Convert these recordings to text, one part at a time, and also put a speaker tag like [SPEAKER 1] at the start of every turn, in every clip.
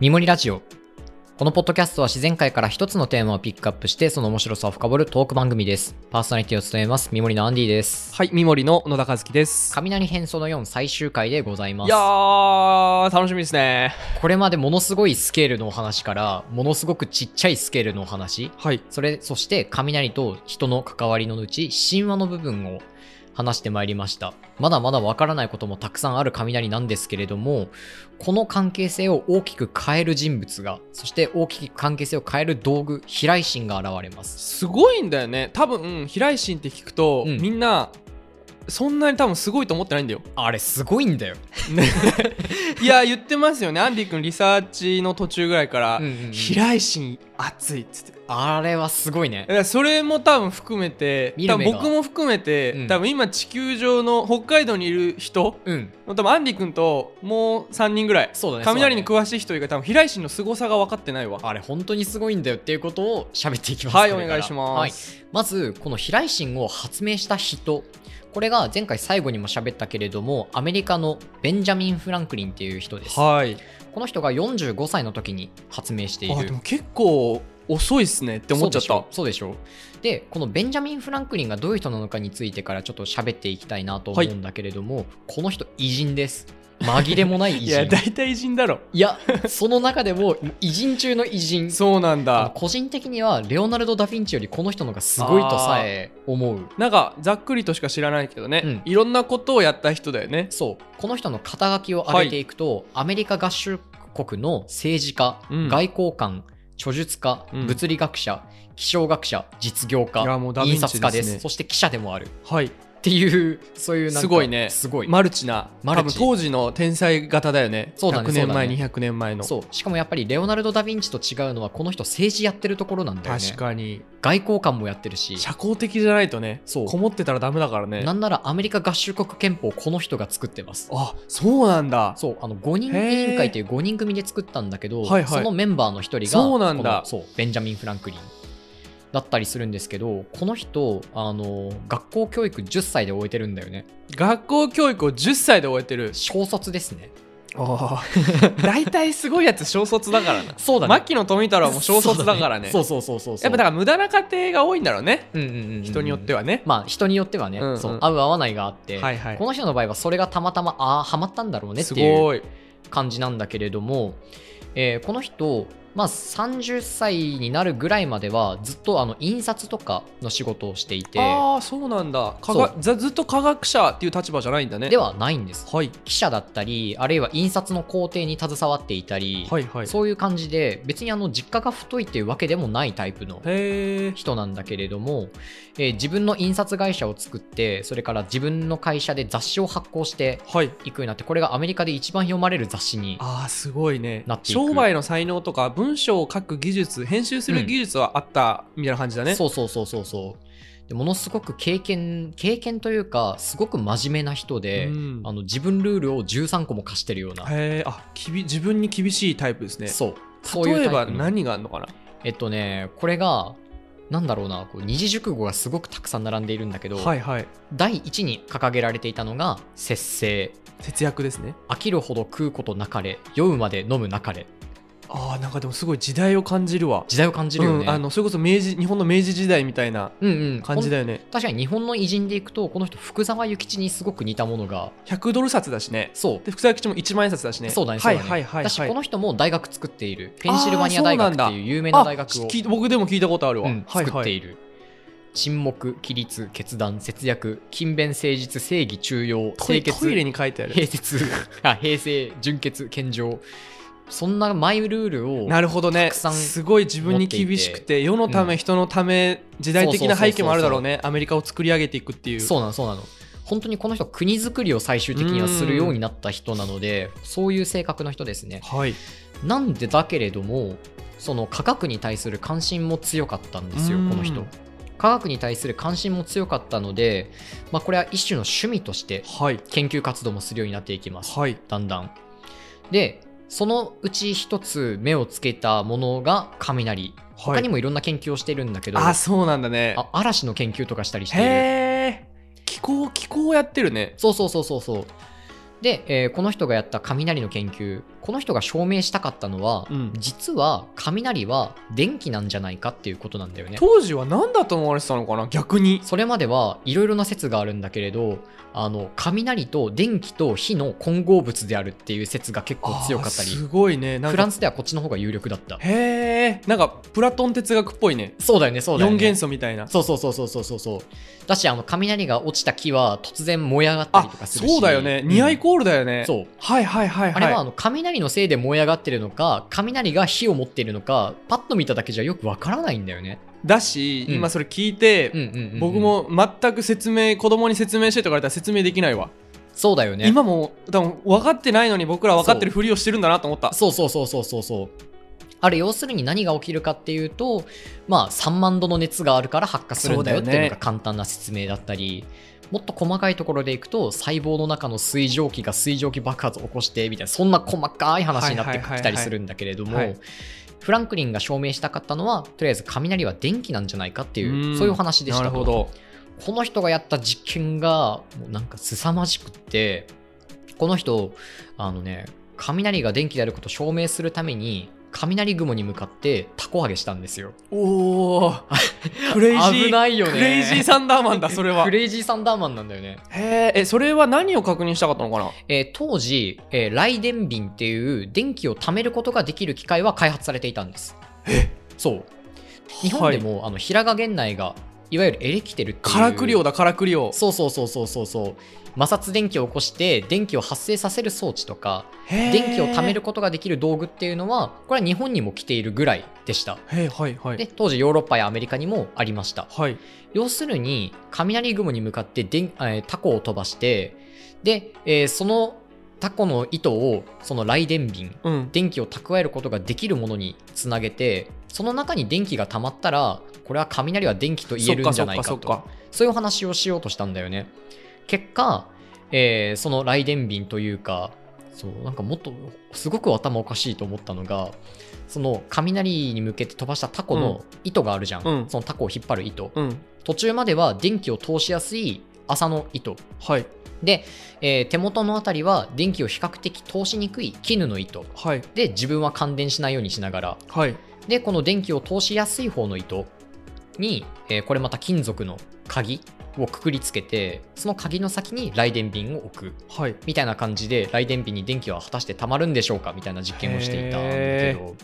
[SPEAKER 1] みもりラジオ。このポッドキャストは自然界から一つのテーマをピックアップして、その面白さを深掘るトーク番組です。パーソナリティを務めます、みもりのアンディです。
[SPEAKER 2] はい、三森の小野田和樹です。
[SPEAKER 1] 雷変装の4最終回でございま
[SPEAKER 2] い
[SPEAKER 1] す
[SPEAKER 2] や。ー、楽しみですね。
[SPEAKER 1] これまでものすごいスケールのお話から、ものすごくちっちゃいスケールのお話、
[SPEAKER 2] はい。
[SPEAKER 1] それ、そして雷と人の関わりのうち、神話の部分を話してまいりました。まだまだわからないこともたくさんある雷なんですけれども、この関係性を大きく変える人物が、そして大きく関係性を変える道具、飛来心が現れます。
[SPEAKER 2] すごいんだよね。多分、平井心って聞くと、
[SPEAKER 1] うん
[SPEAKER 2] みんな、そんなに多分すごいと思ってないんだよ。
[SPEAKER 1] あれすごいんだよ。
[SPEAKER 2] いや、言ってますよね。アンディ君、リサーチの途中ぐらいから、平井心熱いっつって。
[SPEAKER 1] あれはすごいね
[SPEAKER 2] だ。からそれも多分含めて、
[SPEAKER 1] 見
[SPEAKER 2] 多
[SPEAKER 1] る目
[SPEAKER 2] 分
[SPEAKER 1] が
[SPEAKER 2] 僕も含めて、
[SPEAKER 1] うん
[SPEAKER 2] 多分今地球上の北海道にいる人、
[SPEAKER 1] うん。
[SPEAKER 2] 多分アンディ君ともう3人ぐらい。
[SPEAKER 1] そうだね。
[SPEAKER 2] 雷に
[SPEAKER 1] そう
[SPEAKER 2] 詳しい人以外多分平井心の凄さが分かってないわ
[SPEAKER 1] だねあれ本当にすごいんだよっていうことを喋っていきます。
[SPEAKER 2] はい
[SPEAKER 1] こ
[SPEAKER 2] お
[SPEAKER 1] れから
[SPEAKER 2] 願いします、
[SPEAKER 1] はいまずこの飛来心を発明した人これが前回最後にも喋ったけれどもアメリカのベンジャミン・フランクリンっていう人です
[SPEAKER 2] はい。
[SPEAKER 1] この人が45歳の時に発明している
[SPEAKER 2] あでも結構遅いっすねって思っちゃった。
[SPEAKER 1] そうでしょそうでしょでこのベンジャミン・フランクリンがどういう人なのかについてからちょっと喋っていきたいなと思うんだけれども、この人偉人です紛れもない偉人
[SPEAKER 2] いや大体偉人だろ。
[SPEAKER 1] いや その中でも偉人中の偉人
[SPEAKER 2] そうなん
[SPEAKER 1] あの
[SPEAKER 2] だ。
[SPEAKER 1] 個人的にはレオナルド・ダ・ヴィンチよりこの人の方がすごいとさえ思う
[SPEAKER 2] なんかざっくりとしか知らないけどね、
[SPEAKER 1] うん
[SPEAKER 2] いろんなことをやった人だよね。
[SPEAKER 1] そうこの人の肩書きを上げていくと、アメリカ合衆国の政治家、
[SPEAKER 2] うん
[SPEAKER 1] 外交官著述家、
[SPEAKER 2] うん
[SPEAKER 1] 物理学者気象学者実業家
[SPEAKER 2] いやもうダヴィン
[SPEAKER 1] 印
[SPEAKER 2] チ
[SPEAKER 1] 刷家です
[SPEAKER 2] ですね
[SPEAKER 1] そして記者でもあるっ
[SPEAKER 2] はい。
[SPEAKER 1] ていうそういうなんか
[SPEAKER 2] すごいね
[SPEAKER 1] すごい、
[SPEAKER 2] マルチな。
[SPEAKER 1] マルチ
[SPEAKER 2] 多分当時の天才型だよね。
[SPEAKER 1] そうだね
[SPEAKER 2] 100年前、
[SPEAKER 1] そうだ
[SPEAKER 2] 200年前の。
[SPEAKER 1] そうしかもやっぱりレオナルド・ダ・ヴィンチと違うのはこの人政治やってるところなんだよね
[SPEAKER 2] 確かに。
[SPEAKER 1] 外交官もやってるし
[SPEAKER 2] 社交的じゃないとね、
[SPEAKER 1] そう
[SPEAKER 2] こもってたらダメだからね
[SPEAKER 1] な。んならアメリカ合衆国憲法をこの人が作ってます
[SPEAKER 2] あそうなんだ。
[SPEAKER 1] そうあの5人委員会という5人組で作ったんだけど、
[SPEAKER 2] はいはい
[SPEAKER 1] そのメンバーの一人が
[SPEAKER 2] そうなんだ
[SPEAKER 1] このそうベンジャミン・フランクリンだったりするんですけどこの人あの学校教育10歳で終えてるんだよね
[SPEAKER 2] 学校教育を10歳で終えてる。
[SPEAKER 1] 小卒ですね
[SPEAKER 2] ああ。 大体すごいやつ小卒だからな。
[SPEAKER 1] そうだね
[SPEAKER 2] 牧野富太 郎も小卒だからね。
[SPEAKER 1] そうそうそうそうそう
[SPEAKER 2] やっぱだから無駄な家庭が多いんだろうね
[SPEAKER 1] うんうんうんうん
[SPEAKER 2] 人によってはね、
[SPEAKER 1] まあ人によってはね、
[SPEAKER 2] うんうん
[SPEAKER 1] そう合う合わないがあって、
[SPEAKER 2] はいはい
[SPEAKER 1] この人の場合はそれがたまたまああはまったんだろうねっ
[SPEAKER 2] す
[SPEAKER 1] ていう
[SPEAKER 2] ごい
[SPEAKER 1] 感じなんだけれども、えーこの人、まあ、30歳になるぐらいまではずっとあの印刷とかの仕事をしていて
[SPEAKER 2] ああそうなんだ科
[SPEAKER 1] そ
[SPEAKER 2] 学ずずっと科学者っていう立場じゃないんだね
[SPEAKER 1] ではないんです
[SPEAKER 2] はい
[SPEAKER 1] 記者だったりあるいは印刷の工程に携わっていたり、
[SPEAKER 2] はいはい
[SPEAKER 1] そういう感じで別にあの実家が太いっていうわけでもないタイプの
[SPEAKER 2] へえ
[SPEAKER 1] 人なんだけれども、えー自分の印刷会社を作ってそれから自分の会社で雑誌を発行して
[SPEAKER 2] はい
[SPEAKER 1] いくようになってこれがアメリカで一番読まれる雑誌に
[SPEAKER 2] ああすごいね
[SPEAKER 1] なっていく
[SPEAKER 2] 商売の才能とか文章を書く技術編集す
[SPEAKER 1] う
[SPEAKER 2] る
[SPEAKER 1] ん
[SPEAKER 2] 技術はあったみたいな感じだね、
[SPEAKER 1] そうそうそうそうそうでものすごく経験経験というかすごく真面目な人で、
[SPEAKER 2] うん
[SPEAKER 1] あの自分ルールを13個も課してるような、
[SPEAKER 2] へえあきび自分に厳しいタイプですね
[SPEAKER 1] そうそういう
[SPEAKER 2] 例え
[SPEAKER 1] タ
[SPEAKER 2] ば
[SPEAKER 1] イプの
[SPEAKER 2] 何があるのかな
[SPEAKER 1] えっとねこれがなんだろうなこう二字熟語がすごくたくさん並んでいるんだけど、
[SPEAKER 2] はいはい
[SPEAKER 1] 第一に掲げられていたのが節制
[SPEAKER 2] 節約ですね
[SPEAKER 1] 飽きるほど食うことなかれ酔うまで飲むなかれ
[SPEAKER 2] ああなんかでもすごい時代を感じるわ
[SPEAKER 1] 時代を感じるよね、
[SPEAKER 2] うん、あのそれこそ明治日本の明治時代みたいな
[SPEAKER 1] うんうん
[SPEAKER 2] 感じだよね
[SPEAKER 1] ほん確かに日本の偉人でいくとこの人福沢諭吉にすごく似たものが
[SPEAKER 2] 100ドル札だしね
[SPEAKER 1] そう
[SPEAKER 2] で福沢吉も1万円札だしね
[SPEAKER 1] そうだね、
[SPEAKER 2] はい
[SPEAKER 1] そうだね
[SPEAKER 2] はいはい
[SPEAKER 1] だし
[SPEAKER 2] はい
[SPEAKER 1] この人も大学作っているペンシルバニア大学って
[SPEAKER 2] あーそ
[SPEAKER 1] い
[SPEAKER 2] うな
[SPEAKER 1] うん有名な大学
[SPEAKER 2] あ
[SPEAKER 1] を、
[SPEAKER 2] 聞い僕でも聞いたことあるわ、
[SPEAKER 1] うん
[SPEAKER 2] はい
[SPEAKER 1] 作っ
[SPEAKER 2] は
[SPEAKER 1] て
[SPEAKER 2] い
[SPEAKER 1] いる沈黙規律決断節約勤勉誠実正義中庸
[SPEAKER 2] ト
[SPEAKER 1] 清
[SPEAKER 2] イトイレ
[SPEAKER 1] 潔
[SPEAKER 2] に書いてあ
[SPEAKER 1] 平
[SPEAKER 2] る
[SPEAKER 1] 節 あ平成純潔健常そんなマイルールを
[SPEAKER 2] なるほどね
[SPEAKER 1] たくさん
[SPEAKER 2] すごい自分に厳しくて世のため、
[SPEAKER 1] うん
[SPEAKER 2] 人のため時代的な背景もあるだろうねアメリカを作り上げていくっていう
[SPEAKER 1] そうなのそうなの本当にこの人国づくりを最終的にはするようになった人なのでそういう性格の人ですね
[SPEAKER 2] はい
[SPEAKER 1] なんでだけれどもその科学に対する関心も強かったんですよ
[SPEAKER 2] う
[SPEAKER 1] こ
[SPEAKER 2] ん
[SPEAKER 1] の人科学に対する関心も強かったので、まあ、これは一種の趣味として
[SPEAKER 2] はい
[SPEAKER 1] 研究活動もするようになっていきます
[SPEAKER 2] はい
[SPEAKER 1] だんだんでそのうち一つ目をつけたものが雷
[SPEAKER 2] は
[SPEAKER 1] 他に
[SPEAKER 2] い
[SPEAKER 1] もいろんな研究をしてるんだけど、
[SPEAKER 2] あそうなんだね
[SPEAKER 1] あ嵐の研究とかしたりしている
[SPEAKER 2] へえ気候気候やってるね
[SPEAKER 1] そうそうそうそうそうで、えーこの人がやった雷の研究この人が証明したかったのは、
[SPEAKER 2] うん
[SPEAKER 1] 実は雷は電気なんじゃないかっていうことなんだよね
[SPEAKER 2] 当時は何だと思われてたのかな逆に
[SPEAKER 1] それまではいろいろな説があるんだけれどあの雷と電気と火の混合物であるっていう説が結構強かった
[SPEAKER 2] あーす
[SPEAKER 1] り
[SPEAKER 2] ごいねなんか
[SPEAKER 1] フランスではこっちの方が有力だった
[SPEAKER 2] へえんかプラトン哲学っぽいね
[SPEAKER 1] そうだよねそうだよ
[SPEAKER 2] 四
[SPEAKER 1] ね
[SPEAKER 2] 元素みたいな
[SPEAKER 1] そうそうそうそうそうそうそうだしあの雷が落ちた木は突然燃え上がったり
[SPEAKER 2] あ
[SPEAKER 1] とかするし
[SPEAKER 2] そうだよね
[SPEAKER 1] ん
[SPEAKER 2] 似合いコールだよね、
[SPEAKER 1] そう
[SPEAKER 2] はいはいはい
[SPEAKER 1] あ
[SPEAKER 2] はい
[SPEAKER 1] れはあの雷のせいで燃え上がってるのか雷が火を持っているのかパッと見ただけじゃよくわからないんだよね、
[SPEAKER 2] だし、
[SPEAKER 1] うん
[SPEAKER 2] 今それ聞いて、
[SPEAKER 1] うんうんうんうん
[SPEAKER 2] 僕も全く説明子供に説明してとか言われたら説明できないわ、
[SPEAKER 1] そうだよね
[SPEAKER 2] 今も多分分かってないのに僕ら分かってるふりをしてるんだなと思った
[SPEAKER 1] そうそうそうそうそうそうあれ要するに何が起きるかっていうとまあ3万度の熱があるから発火するんだよっ
[SPEAKER 2] そうだ
[SPEAKER 1] て
[SPEAKER 2] よね
[SPEAKER 1] いうのが簡単な説明だったり、もっと細かいところでいくと細胞の中の水蒸気が水蒸気爆発を起こしてみたいなそんな細かい話になってきたりするんだけれども、
[SPEAKER 2] はいはいはい
[SPEAKER 1] フランクリンが証明したかったのはとりあえず雷は電気なんじゃないかっていう
[SPEAKER 2] うん
[SPEAKER 1] そういうお話でした
[SPEAKER 2] な
[SPEAKER 1] と
[SPEAKER 2] るほど
[SPEAKER 1] この人がやった実験がもうなんか凄まじくってこの人あのね雷が電気であることを証明するために雷雲に向かってタコ揚げしたんですよ
[SPEAKER 2] おお クレイジー
[SPEAKER 1] 危ないよね
[SPEAKER 2] クレイジーサンダーマ ンだそれは
[SPEAKER 1] クレイジーサンダーマンなんだよね、
[SPEAKER 2] へーえそれは何を確認したかったのかな
[SPEAKER 1] えー当時、えー雷電瓶っていう電気を貯めることができる機械は開発されていたんですそう日本で
[SPEAKER 2] はい、
[SPEAKER 1] も、あの平賀源内がいわゆるエレキテルっていう
[SPEAKER 2] からくりょうだからくりょう
[SPEAKER 1] そうそうそうそうそうそう摩擦電気を起こして電気を発生させる装置とか
[SPEAKER 2] へー
[SPEAKER 1] 電気を貯めることができる道具っていうのはこれは日本にも来ているぐらいでした
[SPEAKER 2] へーはいはい
[SPEAKER 1] で当時ヨーロッパやアメリカにもありました
[SPEAKER 2] はい
[SPEAKER 1] 要するに雷雲に向かってでん、えータコを飛ばしてで、えーそのタコの糸をその雷電瓶
[SPEAKER 2] うん
[SPEAKER 1] 電気を蓄えることができるものにつなげてその中に電気が溜まったらこれは雷は電気と言えるんじゃないかと
[SPEAKER 2] そっかそっか
[SPEAKER 1] そういうお話をしようとしたんだよね。結果、えーその雷電瓶というか、そう、なんかもっと、すごく頭おかしいと思ったのが、その雷に向けて飛ばしたタコの糸があるじゃん。
[SPEAKER 2] うん
[SPEAKER 1] そのタコを引っ張る糸。
[SPEAKER 2] そっかうん
[SPEAKER 1] 途中までは電気を通しやすい麻の糸。
[SPEAKER 2] はい
[SPEAKER 1] で、えー手元のあたりは電気を比較的通しにくい絹の糸。
[SPEAKER 2] はい
[SPEAKER 1] で、自分は感電しないようにしながら。
[SPEAKER 2] はい
[SPEAKER 1] で、この電気を通しやすい方の糸に、えーこれまた金属の鍵をくくりつけて、その鍵の先に雷電瓶を置く。
[SPEAKER 2] はい
[SPEAKER 1] みたいな感じで、雷電瓶に電気は果たして溜まるんでしょうかみたいな実験をしていたんだけど、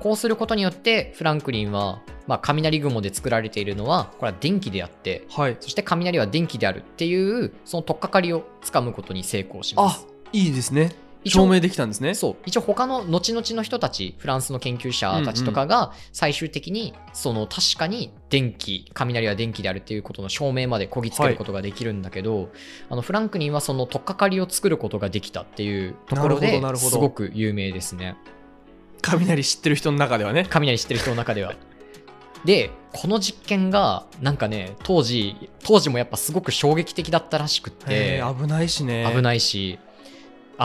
[SPEAKER 1] こうすることによって、フランクリンは、まあ、雷雲で作られているのは、これは電気であって、
[SPEAKER 2] はい
[SPEAKER 1] そして雷は電気であるっていう、その取っかかりをつかむことに成功しま
[SPEAKER 2] あ
[SPEAKER 1] す。
[SPEAKER 2] いいですね
[SPEAKER 1] 一応
[SPEAKER 2] 証明できたんですね
[SPEAKER 1] そう一応他の後々の人たちフランスの研究者たちとかが最終的にその確かに電気雷は電気であるっていうことの証明までこぎつけることができるんだけど、あのフランクリンはその取っかかりを作ることができたっていうところ
[SPEAKER 2] なる
[SPEAKER 1] で
[SPEAKER 2] ほどなるほど
[SPEAKER 1] すごく有名ですね
[SPEAKER 2] 雷知ってる人の中ではね
[SPEAKER 1] 雷知ってる人の中では。 でこの実験がなんかね当時当時もやっぱすごく衝撃的だったらしくって
[SPEAKER 2] へー危ないしね
[SPEAKER 1] 危
[SPEAKER 2] い
[SPEAKER 1] ないし、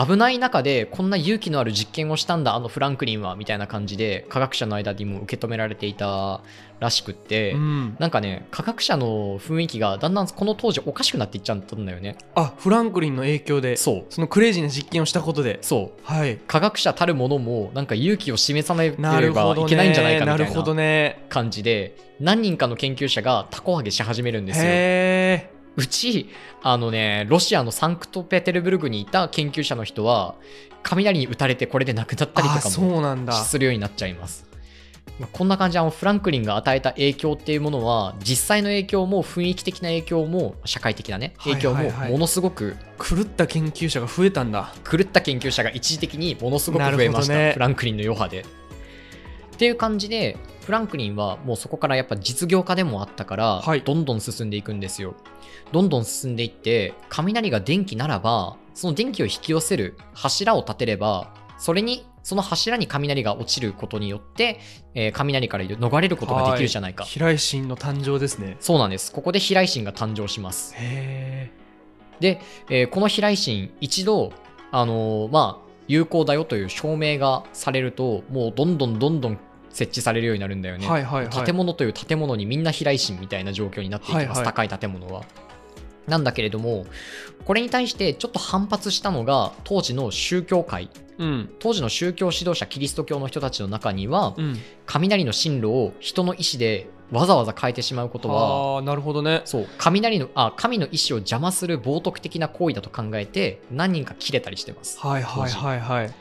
[SPEAKER 1] 危ない中でこんな勇気のある実験をしたんだあのフランクリンはみたいな感じで科学者の間にも受け止められていたらしくって、
[SPEAKER 2] うん
[SPEAKER 1] なんかね科学者の雰囲気がだんだんこの当時おかしくなっていっちゃったんだよね
[SPEAKER 2] あフランクリンの影響でそ
[SPEAKER 1] そう
[SPEAKER 2] のクレイジーな実験をしたことで
[SPEAKER 1] そう
[SPEAKER 2] はい
[SPEAKER 1] 科学者たるものもなんか勇気を示さなけ
[SPEAKER 2] な
[SPEAKER 1] れ
[SPEAKER 2] るほ
[SPEAKER 1] ば
[SPEAKER 2] どね
[SPEAKER 1] いけないんじゃないかみ
[SPEAKER 2] な
[SPEAKER 1] た
[SPEAKER 2] る
[SPEAKER 1] い
[SPEAKER 2] ほど
[SPEAKER 1] な
[SPEAKER 2] ね
[SPEAKER 1] 感じで何人かの研究者がタコ揚げし始めるんですよ
[SPEAKER 2] へえ
[SPEAKER 1] うち、あのね、ロシアのサンクトペテルブルクにいた研究者の人は、雷に打たれてこれで亡くなったりと
[SPEAKER 2] あ
[SPEAKER 1] かも
[SPEAKER 2] そうなんだ
[SPEAKER 1] するようになっちゃいます。まあこんな感じであのフランクリンが与えた影響っていうものは実際の影響も雰囲気的な影響も社会的なね
[SPEAKER 2] はい
[SPEAKER 1] 影
[SPEAKER 2] はいは
[SPEAKER 1] 響
[SPEAKER 2] い
[SPEAKER 1] もものすごく
[SPEAKER 2] 狂った研究者が増えたんだ
[SPEAKER 1] 狂った研究者が一時的にものすごく増えました、
[SPEAKER 2] なるほどね
[SPEAKER 1] フランクリンの余波で。っていう感じでフランクリンはもうそこからやっぱ実業家でもあったから、
[SPEAKER 2] はい
[SPEAKER 1] どんどん進んでいくんですよ。どんどん進んでいって雷が電気ならばその電気を引き寄せる柱を立てればそれにその柱に雷が落ちることによって、えー雷から逃れることができるじゃないか。
[SPEAKER 2] は平井心の誕生ですね
[SPEAKER 1] そうなんですここで飛来心が誕生します。
[SPEAKER 2] へ
[SPEAKER 1] で、えーこの飛来心一度、あのーまあ、有効だよという証明がされるともうどんどんどんどん設置されるようになるんだよ
[SPEAKER 2] え
[SPEAKER 1] ね、
[SPEAKER 2] はいはいはい
[SPEAKER 1] 建物という建物にみんな飛来心みたいな状況になっていきます、
[SPEAKER 2] はいはい
[SPEAKER 1] 高い建物はなんだけれども、これに対してちょっと反発したのが、当時の宗教界、
[SPEAKER 2] うん
[SPEAKER 1] 当時の宗教指導者、キリスト教の人たちの中には、
[SPEAKER 2] うん
[SPEAKER 1] 雷の進路を人の意思でわざわざ変えてしまうことは、
[SPEAKER 2] ああなるほどね
[SPEAKER 1] そう、雷の、あ、神の意思を邪魔する冒涜的な行為だと考えて、何人か切れたりしてます。
[SPEAKER 2] はいはいはいはい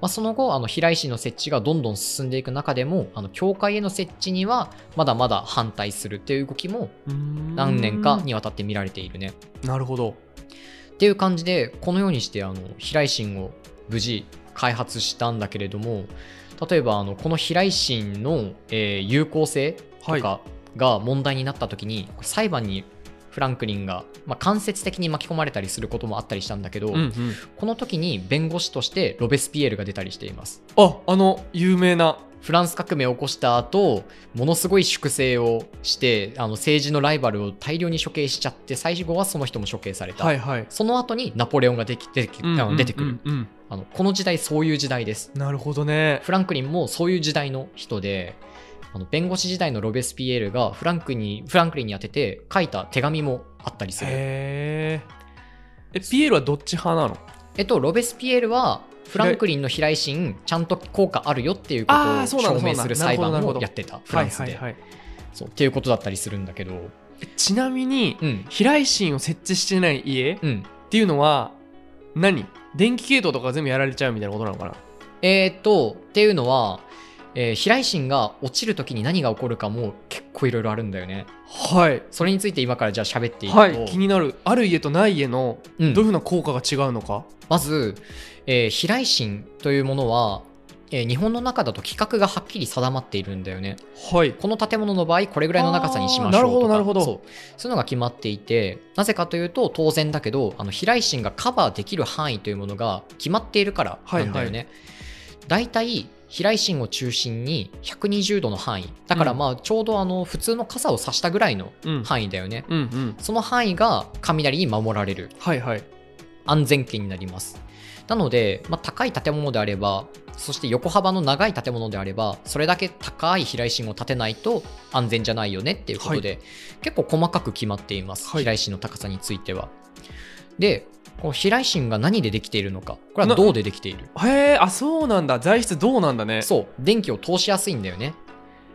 [SPEAKER 1] まあ、その後、あの平井氏の設置がどんどん進んでいく中でも、あの教会への設置にはまだまだ反対するっていう動きも何
[SPEAKER 2] 何
[SPEAKER 1] 年かにわたって見られているね。
[SPEAKER 2] なるほど
[SPEAKER 1] っていう感じで、このようにしてあの平井心を無事開発したんだけれども、例えばあのこの平井心の、えー有効性とかが問題になった時に、裁判にフランクリンが、まあ、間接的に巻き込まれたりすることもあったりしたんだけど、
[SPEAKER 2] うんうん
[SPEAKER 1] この時に弁護士としてロベスピエールが出たりしています。
[SPEAKER 2] ああの有名な
[SPEAKER 1] フランス革命を起こした後ものすごい粛清をしてあの政治のライバルを大量に処刑しちゃって最後はその人も処刑された、
[SPEAKER 2] はいはい
[SPEAKER 1] その後にナポレオンができ出てきあの出てくる、
[SPEAKER 2] うんうん
[SPEAKER 1] あのこの時代そういう時代です
[SPEAKER 2] うんなるほどね
[SPEAKER 1] フランクリンもそういう時代の人であの弁護士時代のロベスピエールがフランクにフランクリンに宛てて書いた手紙もあったりする
[SPEAKER 2] へーえピエールはどっち派なの
[SPEAKER 1] えっとロベスピエールはフランクリンの飛来心ちゃんと効果あるよっていうこ
[SPEAKER 2] あーそうな
[SPEAKER 1] と
[SPEAKER 2] ん
[SPEAKER 1] を
[SPEAKER 2] だ
[SPEAKER 1] 証明する
[SPEAKER 2] そうな
[SPEAKER 1] 裁
[SPEAKER 2] んだ
[SPEAKER 1] 判
[SPEAKER 2] なるほどなるほ
[SPEAKER 1] を
[SPEAKER 2] ど
[SPEAKER 1] やってたフランスで
[SPEAKER 2] はいはいはい
[SPEAKER 1] そうっていうことだったりするんだけど
[SPEAKER 2] えちなみに
[SPEAKER 1] うん
[SPEAKER 2] 飛来心を設置してない家っ
[SPEAKER 1] うん
[SPEAKER 2] ていうのは何電気系統とか全部やられちゃうみたいなことなのかな
[SPEAKER 1] えー、っとっていうのは、えー、飛来心が落ちる時に何が起こるかも結構いろいろあるんだよね
[SPEAKER 2] はい
[SPEAKER 1] それについて今からじゃあ喋っていくと、
[SPEAKER 2] はい気になるある家とない家の
[SPEAKER 1] う、
[SPEAKER 2] どういうんふうな効果が違うのか、
[SPEAKER 1] まず、えー、飛来心というものは、えー日本の中だと規格がはっきり定まっているんだよね
[SPEAKER 2] はい
[SPEAKER 1] この建物の場合これぐらいの長さにしましょうとか
[SPEAKER 2] あーなるほどなるほど
[SPEAKER 1] そうそういうのが決まっていてなぜかというと当然だけどあの飛来心がカバーできる範囲というものが決まっているからなんだよね、だいたい飛来心を中心に120度の範囲だから
[SPEAKER 2] うん
[SPEAKER 1] まあちょうどあの普通の傘を差したぐらいの
[SPEAKER 2] うん
[SPEAKER 1] 範囲だよね、
[SPEAKER 2] うんうん
[SPEAKER 1] その範囲が雷に守られる
[SPEAKER 2] はいはい
[SPEAKER 1] 安全圏になりますなので、まあ、高い建物であればそして横幅の長い建物であればそれだけ高い飛来心を立てないと安全じゃないよねっていうことで、結構細かく決まっています、
[SPEAKER 2] はい
[SPEAKER 1] 飛来心の高さについてはでこの飛来心が何でできているのかこれは銅でできている
[SPEAKER 2] へえあそうなんだ材質どうなんだね
[SPEAKER 1] そう電気を通しやすいんだよね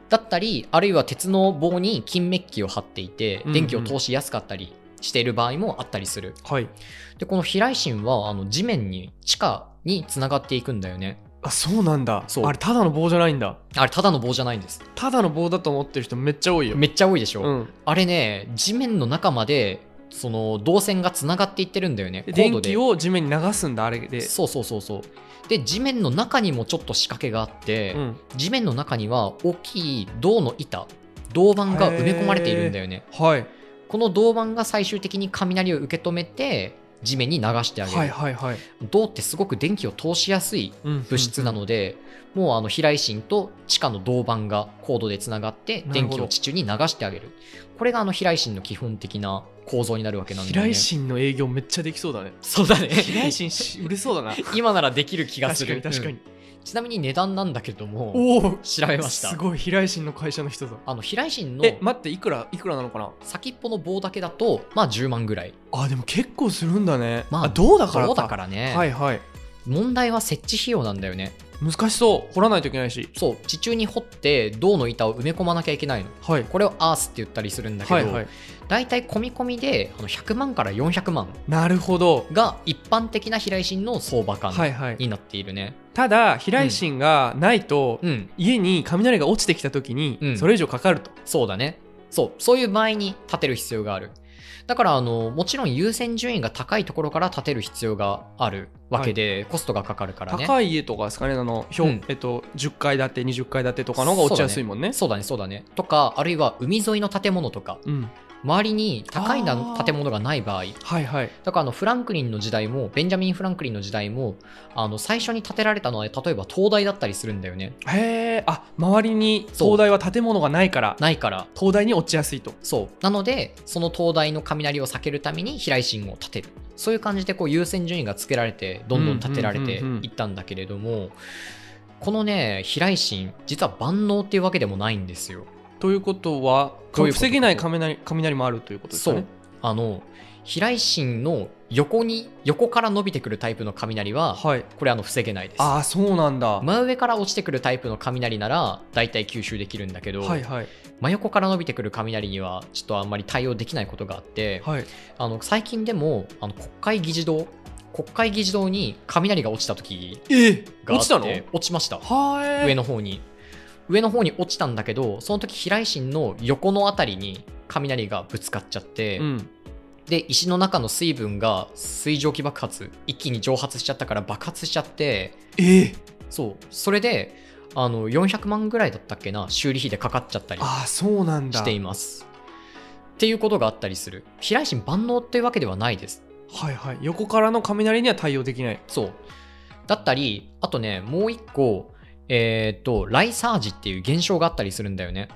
[SPEAKER 1] だったりあるいは鉄の棒に金メッキを貼っていて
[SPEAKER 2] うんうん
[SPEAKER 1] 電気を通しやすかったりしている場合もあったりする、
[SPEAKER 2] はい
[SPEAKER 1] でこの飛来心はあの地面に地下につながっていくんだよね
[SPEAKER 2] あそうなんだ
[SPEAKER 1] そう
[SPEAKER 2] あれただの棒じゃないんだ
[SPEAKER 1] あれただの棒じゃないんです
[SPEAKER 2] ただの棒だと思ってる人めっちゃ多いよ
[SPEAKER 1] めっちゃ多いでしょ、
[SPEAKER 2] うん、
[SPEAKER 1] あれね地面の中までその導線がつながっていってるんだよね
[SPEAKER 2] で
[SPEAKER 1] 高度
[SPEAKER 2] 電
[SPEAKER 1] で
[SPEAKER 2] 気を地面に流すんだあれで
[SPEAKER 1] そうそうそうそうで地面の中にもちょっと仕掛けがあって、
[SPEAKER 2] ん、
[SPEAKER 1] 地面の中には大きい銅の板銅板が埋め込まれているんだよね
[SPEAKER 2] はい
[SPEAKER 1] この銅板が最終的に雷を受け止めて地面に流してあげる、
[SPEAKER 2] はいはいはい
[SPEAKER 1] 銅ってすごく電気を通しやすい物質なので、もうあの飛来心と地下の銅板がコードでつながって
[SPEAKER 2] ほど
[SPEAKER 1] 電気を地中に流してあげるこれがあの飛来心の基本的な構造になるわけなん
[SPEAKER 2] 飛
[SPEAKER 1] だよね
[SPEAKER 2] 来心の営業めっちゃで きそうだね
[SPEAKER 1] そうだね
[SPEAKER 2] 飛来心し売れそうだな
[SPEAKER 1] 今ならできる気がす
[SPEAKER 2] 確か
[SPEAKER 1] る
[SPEAKER 2] に確かに、
[SPEAKER 1] うんちなみに値段なんだけども
[SPEAKER 2] おお
[SPEAKER 1] 調べました
[SPEAKER 2] すごい飛来心の会社の人だ
[SPEAKER 1] あの飛来心の
[SPEAKER 2] え待っていくらいくらなのかな
[SPEAKER 1] 先っぽの棒だけだとまあ10万ぐらい
[SPEAKER 2] あでも結構するんだね
[SPEAKER 1] まあ
[SPEAKER 2] あどうだから
[SPEAKER 1] そうだかららね、
[SPEAKER 2] はいはい
[SPEAKER 1] 問題は設置費用なんだよね
[SPEAKER 2] 難しそう掘らないといけないし
[SPEAKER 1] そう地中に掘って銅の板を埋め込まなきゃいけないの
[SPEAKER 2] はい
[SPEAKER 1] これをアースって言ったりするんだけど、
[SPEAKER 2] はいはい
[SPEAKER 1] 大体込み込みであの100万から400万
[SPEAKER 2] なるほど
[SPEAKER 1] が一般的な飛来心の相場感
[SPEAKER 2] はいはい
[SPEAKER 1] になっているね、
[SPEAKER 2] ただ飛来心がないと、
[SPEAKER 1] うん
[SPEAKER 2] 家に雷が落ちてきた時に、
[SPEAKER 1] うん
[SPEAKER 2] それ以上かかると
[SPEAKER 1] そうだねそうそういう場合に立てる必要があるだからあのもちろん優先順位が高いところから立てる必要があるわけで、コストがかかるからね
[SPEAKER 2] 高い家とかですかねあの、ひょ
[SPEAKER 1] うん
[SPEAKER 2] えっと、10階建て20階建てとかの方が落ちやすいもんね
[SPEAKER 1] そうだねそうだねとかあるいは海沿いの建物とか
[SPEAKER 2] うん
[SPEAKER 1] 周りに高いな
[SPEAKER 2] あー
[SPEAKER 1] 建物がない場合
[SPEAKER 2] はいはい
[SPEAKER 1] だからあのフランクリンの時代もベンジャミン・フランクリンの時代もあの最初に建てられたのは例えば灯台だったりするんだよね
[SPEAKER 2] へえあ周りに灯台は建物がないから
[SPEAKER 1] ないから
[SPEAKER 2] 灯台に落ちやすいと
[SPEAKER 1] そうなのでその灯台の雷を避けるために飛来心を立てるそういう感じでこう優先順位がつけられてどんどん立てられて
[SPEAKER 2] うんうんうんうん
[SPEAKER 1] いったんだけれどもこのね飛来心実は万能っていうわけでもないんですよ
[SPEAKER 2] ということは
[SPEAKER 1] どういうこと
[SPEAKER 2] 防げない雷雷もあるということです
[SPEAKER 1] そ
[SPEAKER 2] か
[SPEAKER 1] う
[SPEAKER 2] ね
[SPEAKER 1] あの飛来心の横に横から伸びてくるタイプの雷は、
[SPEAKER 2] はい
[SPEAKER 1] これあの防げないです
[SPEAKER 2] ああそうなんだ、
[SPEAKER 1] 真上から落ちてくるタイプの雷なら大体吸収できるんだけど、
[SPEAKER 2] はいはい
[SPEAKER 1] 真横から伸びてくる雷にはちょっとあんまり対応できないことがあって、
[SPEAKER 2] はい
[SPEAKER 1] あの最近でもあの国会議事堂国会議事堂に雷が落ちた時
[SPEAKER 2] え
[SPEAKER 1] があ
[SPEAKER 2] 落
[SPEAKER 1] って
[SPEAKER 2] ちたの
[SPEAKER 1] 落ちました
[SPEAKER 2] はい
[SPEAKER 1] 上の方に上の方に落ちたんだけどその時飛来心の横のあたりに雷がぶつかっちゃって、
[SPEAKER 2] うん
[SPEAKER 1] で石の中の水分が水蒸気爆発一気に蒸発しちゃったから爆発しちゃって
[SPEAKER 2] え
[SPEAKER 1] そうそれであの400万ぐらいだったっけな修理費でかかっちゃったり
[SPEAKER 2] ああそうなんだ
[SPEAKER 1] していますっていうことがあったりする飛来心万能っていうわけではないです
[SPEAKER 2] はいはい横からの雷には対応できない
[SPEAKER 1] そうだったりあとねもう一個えっ、とライサージっていう現象があったりするんだよね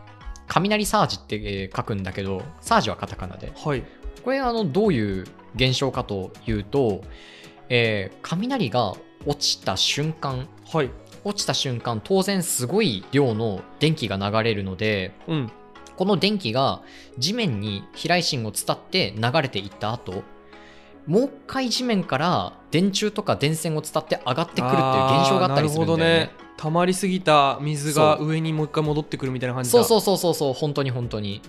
[SPEAKER 1] 雷サージって、えー書くんだけどサージはカタカナで
[SPEAKER 2] はい
[SPEAKER 1] これあのどういう現象かというと、えー雷が落ちた瞬間
[SPEAKER 2] はい
[SPEAKER 1] 落ちた瞬間当然すごい量の電気が流れるので
[SPEAKER 2] うん
[SPEAKER 1] この電気が地面に飛来心を伝って流れていった後もう一回地面から電柱とか電線を伝って上がってくるっていう現象があったりするんだよ
[SPEAKER 2] あ
[SPEAKER 1] ね
[SPEAKER 2] ーなるほ。どね溜まりすぎた水が上にもう一回戻ってくるみたいな感じ
[SPEAKER 1] そ
[SPEAKER 2] だ
[SPEAKER 1] うそうそうそうそう本当に本当に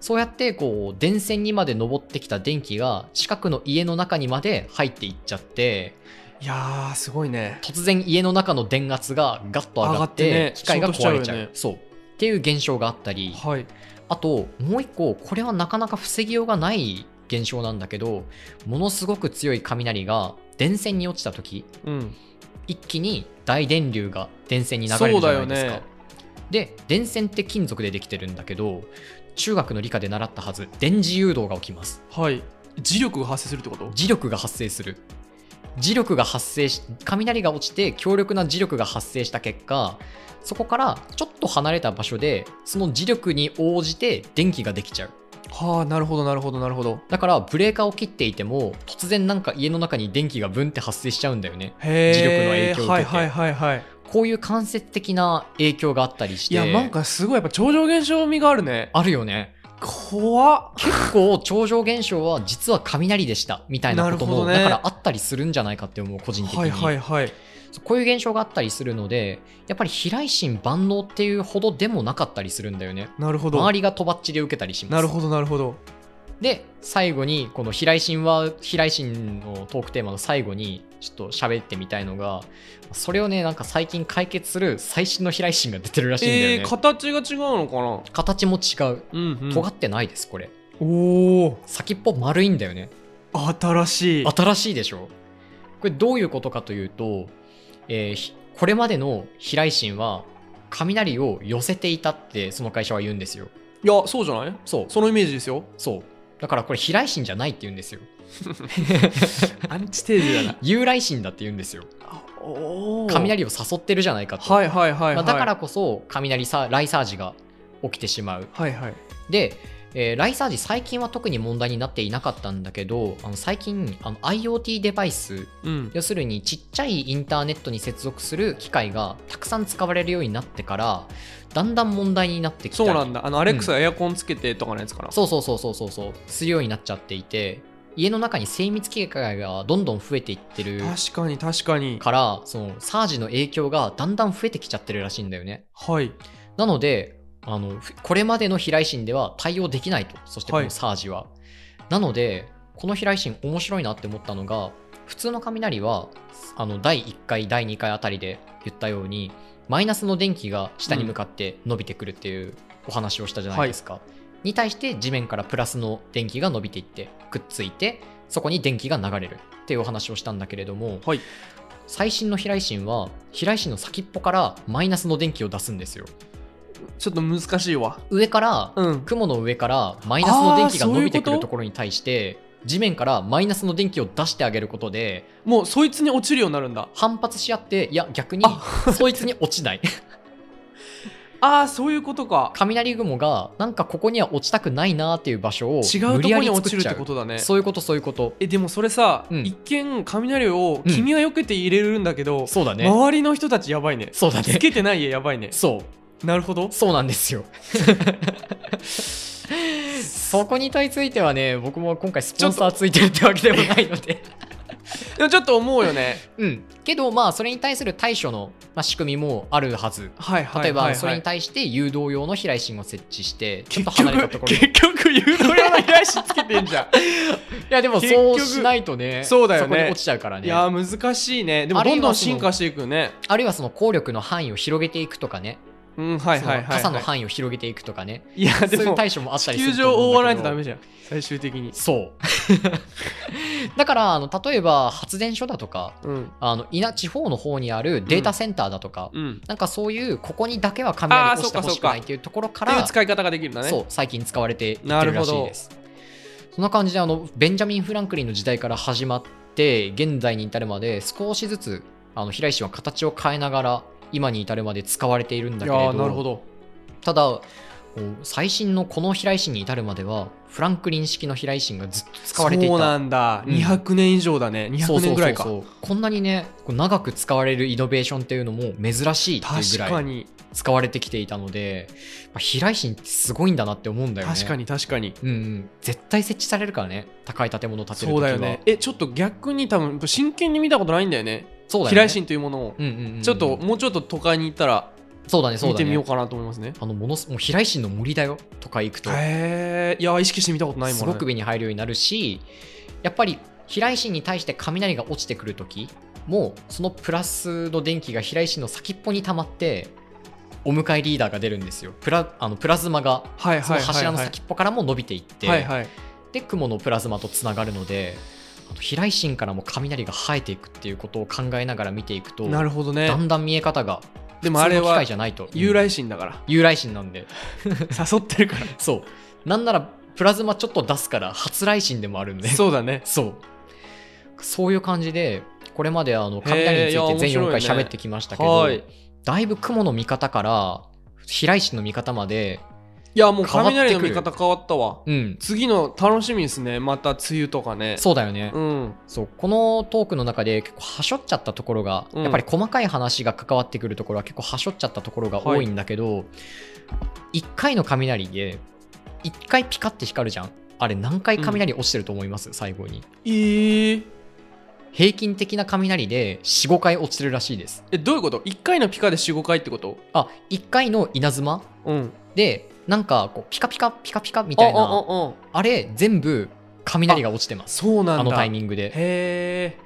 [SPEAKER 1] そうやってこう電線にまで登ってきた電気が近くの家の中にまで入っていっちゃって
[SPEAKER 2] いやーすごいね
[SPEAKER 1] 突然家の中の電圧がガッと上がって
[SPEAKER 2] 上がってね
[SPEAKER 1] 機械が壊れち
[SPEAKER 2] 衝突しち
[SPEAKER 1] ゃう
[SPEAKER 2] ゃうよね
[SPEAKER 1] そうっていう現象があったり、
[SPEAKER 2] はい
[SPEAKER 1] あともう一個これはなかなか防ぎようがない現象なんだけどものすごく強い雷が電線に落ちた時
[SPEAKER 2] うん
[SPEAKER 1] 一気に大電流が電線に流れるじゃないです
[SPEAKER 2] そうだ
[SPEAKER 1] か、
[SPEAKER 2] よね
[SPEAKER 1] で電線って金属でできてるんだけど中学の理科で習ったはず電磁誘導が起きます
[SPEAKER 2] はい磁力が発生するってこと
[SPEAKER 1] 磁力が発生する磁力が発生し雷が落ちて強力な磁力が発生した結果そこからちょっと離れた場所でその磁力に応じて電気ができちゃう
[SPEAKER 2] はあなるほどなるほどなるほど
[SPEAKER 1] だからブレーカーを切っていても突然なんか家の中に電気がブンって発生しちゃうんだよね
[SPEAKER 2] へえ
[SPEAKER 1] 磁力の影響を受けて
[SPEAKER 2] はいはいはいはい
[SPEAKER 1] こういう間接的な影響があったりして
[SPEAKER 2] いやなんかすごいやっぱ超常現象味があるね
[SPEAKER 1] あるよね
[SPEAKER 2] 怖っ
[SPEAKER 1] 結構超常現象は実は雷でしたみたいなこと
[SPEAKER 2] なる
[SPEAKER 1] も、
[SPEAKER 2] ほどね
[SPEAKER 1] だからあったりするんじゃないかって思う個人的に、
[SPEAKER 2] はいはいはい
[SPEAKER 1] こういう現象があったりするのでやっぱり飛来心万能っていうほどでもなかったりするんだよね
[SPEAKER 2] なるほど
[SPEAKER 1] 周りがとばっちり受けたりします
[SPEAKER 2] なるほどなるほど
[SPEAKER 1] で最後にこの飛来心は飛来心のトークテーマの最後にちょっと喋ってみたいのがそれをねなんか最近解決する最新の飛来心が出てるらしいんだよね
[SPEAKER 2] え、ー、形が違うのかな
[SPEAKER 1] 形も違う
[SPEAKER 2] うん、うん、
[SPEAKER 1] 尖ってないですこれ
[SPEAKER 2] おお
[SPEAKER 1] 先っぽ丸いんだよね
[SPEAKER 2] 新しい
[SPEAKER 1] 新しいでしょこれどういうことかというと、えーひこれまでの飛来心は雷を寄せていたってその会社は言うんですよ
[SPEAKER 2] いやそうじゃない
[SPEAKER 1] そう
[SPEAKER 2] そのイメージですよ
[SPEAKER 1] そうだからこれ飛来心じゃないって言うんですよ
[SPEAKER 2] アンチテーゼだな
[SPEAKER 1] 由来心だって言うんですよ
[SPEAKER 2] おお
[SPEAKER 1] 雷を誘ってるじゃないかと
[SPEAKER 2] はいはいはいはい、
[SPEAKER 1] まあ、だからこそ雷サライサージが起きてしまう
[SPEAKER 2] はいはい
[SPEAKER 1] で、えーライサージ最近は特に問題になっていなかったんだけどあの最近あの IoT デバイス
[SPEAKER 2] うん
[SPEAKER 1] 要するにちっちゃいインターネットに接続する機械がたくさん使われるようになってからだんだん問題になってきた
[SPEAKER 2] そう
[SPEAKER 1] り
[SPEAKER 2] なんだあのアレックスがエアコンつけてとかのやつかな、
[SPEAKER 1] そうそうそうそうそうそうするようになっちゃっていて家の中に精密機械がどんどん増えていってる
[SPEAKER 2] 確かに確かに
[SPEAKER 1] からそのサージの影響がだんだん増えてきちゃってるらしいんだよね
[SPEAKER 2] はい
[SPEAKER 1] なのであの、ふこれまでの飛来心では対応できないと、そしてこ
[SPEAKER 2] は
[SPEAKER 1] の
[SPEAKER 2] い
[SPEAKER 1] サージは。なので、この飛来心、面白いなって思ったのが、普通の雷は、あの第1回、第2回あたりで言ったように、マイナスの電気が下に向かって伸びてくるっていうお話をしたじゃないですか。に対して、地面からプラスの電気が伸びていって、くっついて、そこに電気が流れるっていうお話をしたんだけれども、
[SPEAKER 2] はい
[SPEAKER 1] 最新の飛来心は、飛来心の先っぽからマイナスの電気を出すんですよ。
[SPEAKER 2] ちょっと難しいわ
[SPEAKER 1] 上から、
[SPEAKER 2] うん
[SPEAKER 1] 雲の上からマイナスの電気が
[SPEAKER 2] あー
[SPEAKER 1] 伸
[SPEAKER 2] そういうこと
[SPEAKER 1] びてくるところに対して地面からマイナスの電気を出してあげることで
[SPEAKER 2] もうそいつに落ちるようになるんだ
[SPEAKER 1] 反発し合っていや逆に
[SPEAKER 2] あ
[SPEAKER 1] そいつに落ち ない
[SPEAKER 2] ああそういうことか
[SPEAKER 1] 雷雲がなんかここには落ちたくないなーっていう場所を
[SPEAKER 2] 違
[SPEAKER 1] 無
[SPEAKER 2] うと
[SPEAKER 1] 理
[SPEAKER 2] こ
[SPEAKER 1] や
[SPEAKER 2] に
[SPEAKER 1] り
[SPEAKER 2] 落
[SPEAKER 1] 作
[SPEAKER 2] ち
[SPEAKER 1] っ
[SPEAKER 2] るっ
[SPEAKER 1] ちゃ
[SPEAKER 2] て
[SPEAKER 1] う
[SPEAKER 2] ことだね
[SPEAKER 1] そういうことそういうこと
[SPEAKER 2] えでもそれさ、
[SPEAKER 1] うん
[SPEAKER 2] 一見雷を
[SPEAKER 1] うん
[SPEAKER 2] 君は避けて入れるんだけど、
[SPEAKER 1] そうだね
[SPEAKER 2] 周りの人たちやばいね
[SPEAKER 1] そうだ
[SPEAKER 2] つ
[SPEAKER 1] ね
[SPEAKER 2] けてない家やばいね
[SPEAKER 1] そう
[SPEAKER 2] なるほど
[SPEAKER 1] そうなんです よ。そこに対してはね、僕も今回スポンサーついてるってわけでもないので。
[SPEAKER 2] でもちょっと思うよね
[SPEAKER 1] うん。けど、まあ、それに対する対処の、まあ、仕組みもあるはず。
[SPEAKER 2] はいはい
[SPEAKER 1] 例え
[SPEAKER 2] はいは
[SPEAKER 1] ば、
[SPEAKER 2] い
[SPEAKER 1] それに対して誘導用の飛来心を設置して、ちょっ
[SPEAKER 2] 結
[SPEAKER 1] と離れたと
[SPEAKER 2] 局
[SPEAKER 1] ころに。
[SPEAKER 2] 結局誘導用の依頼紙つけてんじゃん
[SPEAKER 1] いや、でも
[SPEAKER 2] 結局
[SPEAKER 1] そうしないとね、
[SPEAKER 2] そうだよね
[SPEAKER 1] こに落ちちゃうから
[SPEAKER 2] い
[SPEAKER 1] ね。
[SPEAKER 2] やー難しいねでもどんどん進化していくよね
[SPEAKER 1] あるいはその効力の範囲を広げていくとかね、
[SPEAKER 2] うんはいはいはい、
[SPEAKER 1] その傘の範囲を広げていくとかね、
[SPEAKER 2] いや で
[SPEAKER 1] そういう
[SPEAKER 2] も
[SPEAKER 1] 対処もあった
[SPEAKER 2] 地
[SPEAKER 1] りする
[SPEAKER 2] 球上
[SPEAKER 1] と思
[SPEAKER 2] 覆
[SPEAKER 1] うんだけ
[SPEAKER 2] わない
[SPEAKER 1] ど
[SPEAKER 2] とダメじゃん最終的に
[SPEAKER 1] そう だからあの例えば発電所だとか
[SPEAKER 2] うん
[SPEAKER 1] あの稲地方の方にあるデータセンターだとか、
[SPEAKER 2] うん
[SPEAKER 1] なんかそういうここにだけは雷落ちてほしくないっていうところか
[SPEAKER 2] っていう
[SPEAKER 1] ら
[SPEAKER 2] 使い方ができるんだね
[SPEAKER 1] そう最近使われていってるらしいですそんな感じであのベンジャミン・フランクリンの時代から始まって現在に至るまで少しずつあの平石は形を変えながら今に至るまで使われているんだ
[SPEAKER 2] い
[SPEAKER 1] け
[SPEAKER 2] や
[SPEAKER 1] れど
[SPEAKER 2] ーなるほど
[SPEAKER 1] ただこう最新のこの飛来心に至るまではフランクリン式の飛来心がずっと使われていた
[SPEAKER 2] そうなんだ
[SPEAKER 1] うん
[SPEAKER 2] 200年以上だね
[SPEAKER 1] そ
[SPEAKER 2] 200
[SPEAKER 1] うそうそうそう
[SPEAKER 2] 年ぐらいか
[SPEAKER 1] こんなにねこう長く使われるイノベーションっていうのも珍しいっていうぐ
[SPEAKER 2] 確から
[SPEAKER 1] い
[SPEAKER 2] に
[SPEAKER 1] 使われてきていたので、まあ、飛来心ってすごいんだなって思うんだよね
[SPEAKER 2] 確かに確かに
[SPEAKER 1] うんうん、絶対設置されるからね高い建物建てる
[SPEAKER 2] そ
[SPEAKER 1] と
[SPEAKER 2] う
[SPEAKER 1] きは
[SPEAKER 2] だよねえちょっと逆に多分真剣に見たことないんだよね
[SPEAKER 1] そうだよね
[SPEAKER 2] 飛来心というものを
[SPEAKER 1] うんうんうん
[SPEAKER 2] ちょっともうちょっと都会に行ったら
[SPEAKER 1] そうだねそう
[SPEAKER 2] 見
[SPEAKER 1] だ
[SPEAKER 2] て
[SPEAKER 1] ね
[SPEAKER 2] みようかなと思いますね
[SPEAKER 1] あのものすもう飛来心の森だよとか行くと、
[SPEAKER 2] へえいや意識して見たことないもん
[SPEAKER 1] す
[SPEAKER 2] ね
[SPEAKER 1] ごく目に入るようになるしやっぱり飛来心に対して雷が落ちてくるときもそのプラスの電気が飛来心の先っぽに溜まってお迎えリーダーが出るんですよプラあのプラズマが
[SPEAKER 2] はい
[SPEAKER 1] そ
[SPEAKER 2] は
[SPEAKER 1] の
[SPEAKER 2] いはい
[SPEAKER 1] 柱の
[SPEAKER 2] はい
[SPEAKER 1] 先っぽからも伸びていって、
[SPEAKER 2] はいはい
[SPEAKER 1] で雲のプラズマとつながるのであと飛来心からも雷が生えていくっていうことを考えながら見ていくと
[SPEAKER 2] なるほどね
[SPEAKER 1] だんだん見え方が
[SPEAKER 2] でもあれ
[SPEAKER 1] 普通の機
[SPEAKER 2] は
[SPEAKER 1] 械じゃないと
[SPEAKER 2] 由
[SPEAKER 1] うん
[SPEAKER 2] 来心だ から
[SPEAKER 1] 由来心なんで
[SPEAKER 2] 誘ってるか
[SPEAKER 1] そうなんならプラズマちょっと出すから発来心でもあるんで
[SPEAKER 2] らそうだね
[SPEAKER 1] そうそういう感じでこれまであの雷につ
[SPEAKER 2] へーい
[SPEAKER 1] い
[SPEAKER 2] や
[SPEAKER 1] て全4
[SPEAKER 2] 面
[SPEAKER 1] 回
[SPEAKER 2] 白いね
[SPEAKER 1] 喋ってきましたけど、
[SPEAKER 2] はい
[SPEAKER 1] だいぶ雲の見方から飛来心の見方まで
[SPEAKER 2] いやもう
[SPEAKER 1] 変わってくる
[SPEAKER 2] 雷の見方変わったわ
[SPEAKER 1] うん
[SPEAKER 2] 次の楽しみですねまた梅雨とかね
[SPEAKER 1] そうだよね、
[SPEAKER 2] うん
[SPEAKER 1] そうこのトークの中で結構はしょっちゃったところが、
[SPEAKER 2] うん
[SPEAKER 1] やっぱり細かい話が関わってくるところは結構はしょっちゃったところが多いんだけど、1回の雷で1回ピカって光るじゃんあれ何回雷落ちてると思います、最後に
[SPEAKER 2] えー
[SPEAKER 1] 平均的な雷で45回落ちてるらしいです
[SPEAKER 2] えどういうこと1回のピカで45回ってこと
[SPEAKER 1] あ1回の稲妻
[SPEAKER 2] うん
[SPEAKER 1] でなんかこうピカピカピカピカみたいな
[SPEAKER 2] あ
[SPEAKER 1] あ
[SPEAKER 2] あああ
[SPEAKER 1] れ全部雷が落ちてます
[SPEAKER 2] そうなん
[SPEAKER 1] あ
[SPEAKER 2] だ
[SPEAKER 1] のタイ
[SPEAKER 2] ン
[SPEAKER 1] ミングで
[SPEAKER 2] へえ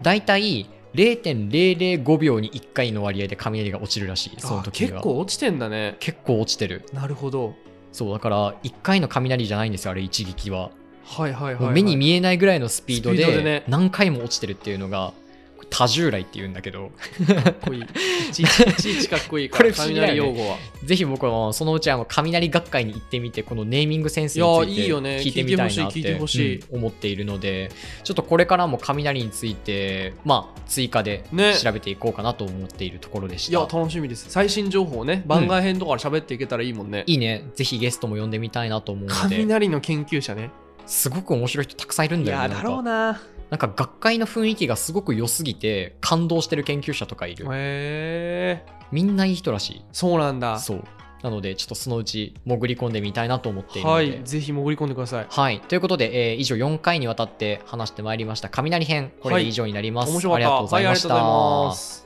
[SPEAKER 1] だいたい0.005秒に1回の割合で雷が落ちるらしいその時
[SPEAKER 2] 結
[SPEAKER 1] が
[SPEAKER 2] 構落ちてんだね
[SPEAKER 1] 結構落ちてる
[SPEAKER 2] なるほど
[SPEAKER 1] そうだから1回の雷じゃないんですよあれ一撃は,、
[SPEAKER 2] はいはいはいはい、
[SPEAKER 1] もう目に見えないぐらいのスピード
[SPEAKER 2] スピードで
[SPEAKER 1] で
[SPEAKER 2] ね
[SPEAKER 1] 何回も落ちてるっていうのがこれ多従来っていうんだけど
[SPEAKER 2] かっこいいいちいちいちいちかっこいいか
[SPEAKER 1] こ
[SPEAKER 2] ら
[SPEAKER 1] れ不思議だよね
[SPEAKER 2] 雷用語は
[SPEAKER 1] ぜひ僕はそのうちあの雷学会に行ってみてこのネーミングセンスにつ
[SPEAKER 2] い
[SPEAKER 1] い
[SPEAKER 2] やいい
[SPEAKER 1] て
[SPEAKER 2] よね
[SPEAKER 1] 聞いてみたいなって
[SPEAKER 2] 聞いてほしい聞いて
[SPEAKER 1] うん思っているのでちょっとこれからも雷についてまあ追加で
[SPEAKER 2] ね
[SPEAKER 1] 調べていこうかなと思っているところでし
[SPEAKER 2] い
[SPEAKER 1] た、
[SPEAKER 2] や楽しみです最新情報をね番外編とかで喋っていけたらいいもんね、
[SPEAKER 1] いいね。ぜひゲストも呼んでみたいなと思うので、
[SPEAKER 2] 雷の研究者ね
[SPEAKER 1] すごく面白い人たくさんいるん
[SPEAKER 2] い
[SPEAKER 1] だよね。
[SPEAKER 2] や
[SPEAKER 1] な
[SPEAKER 2] だ
[SPEAKER 1] ん
[SPEAKER 2] ろう
[SPEAKER 1] か
[SPEAKER 2] な
[SPEAKER 1] なんか学会の雰囲気がすごく良すぎて、感動してる研究者とかいる。
[SPEAKER 2] へえ
[SPEAKER 1] みんないい人らしい。
[SPEAKER 2] そうなんだ
[SPEAKER 1] そう。なので、ちょっとそのうち潜り込んでみたいなと思っているの
[SPEAKER 2] は
[SPEAKER 1] で。
[SPEAKER 2] いぜひ潜り込んでください
[SPEAKER 1] はい。ということで、えー以上4回にわたって話してまいりました。雷編、これで以上になります。
[SPEAKER 2] 面白か
[SPEAKER 1] あ
[SPEAKER 2] った
[SPEAKER 1] りがとうございました。
[SPEAKER 2] はいありがとうございます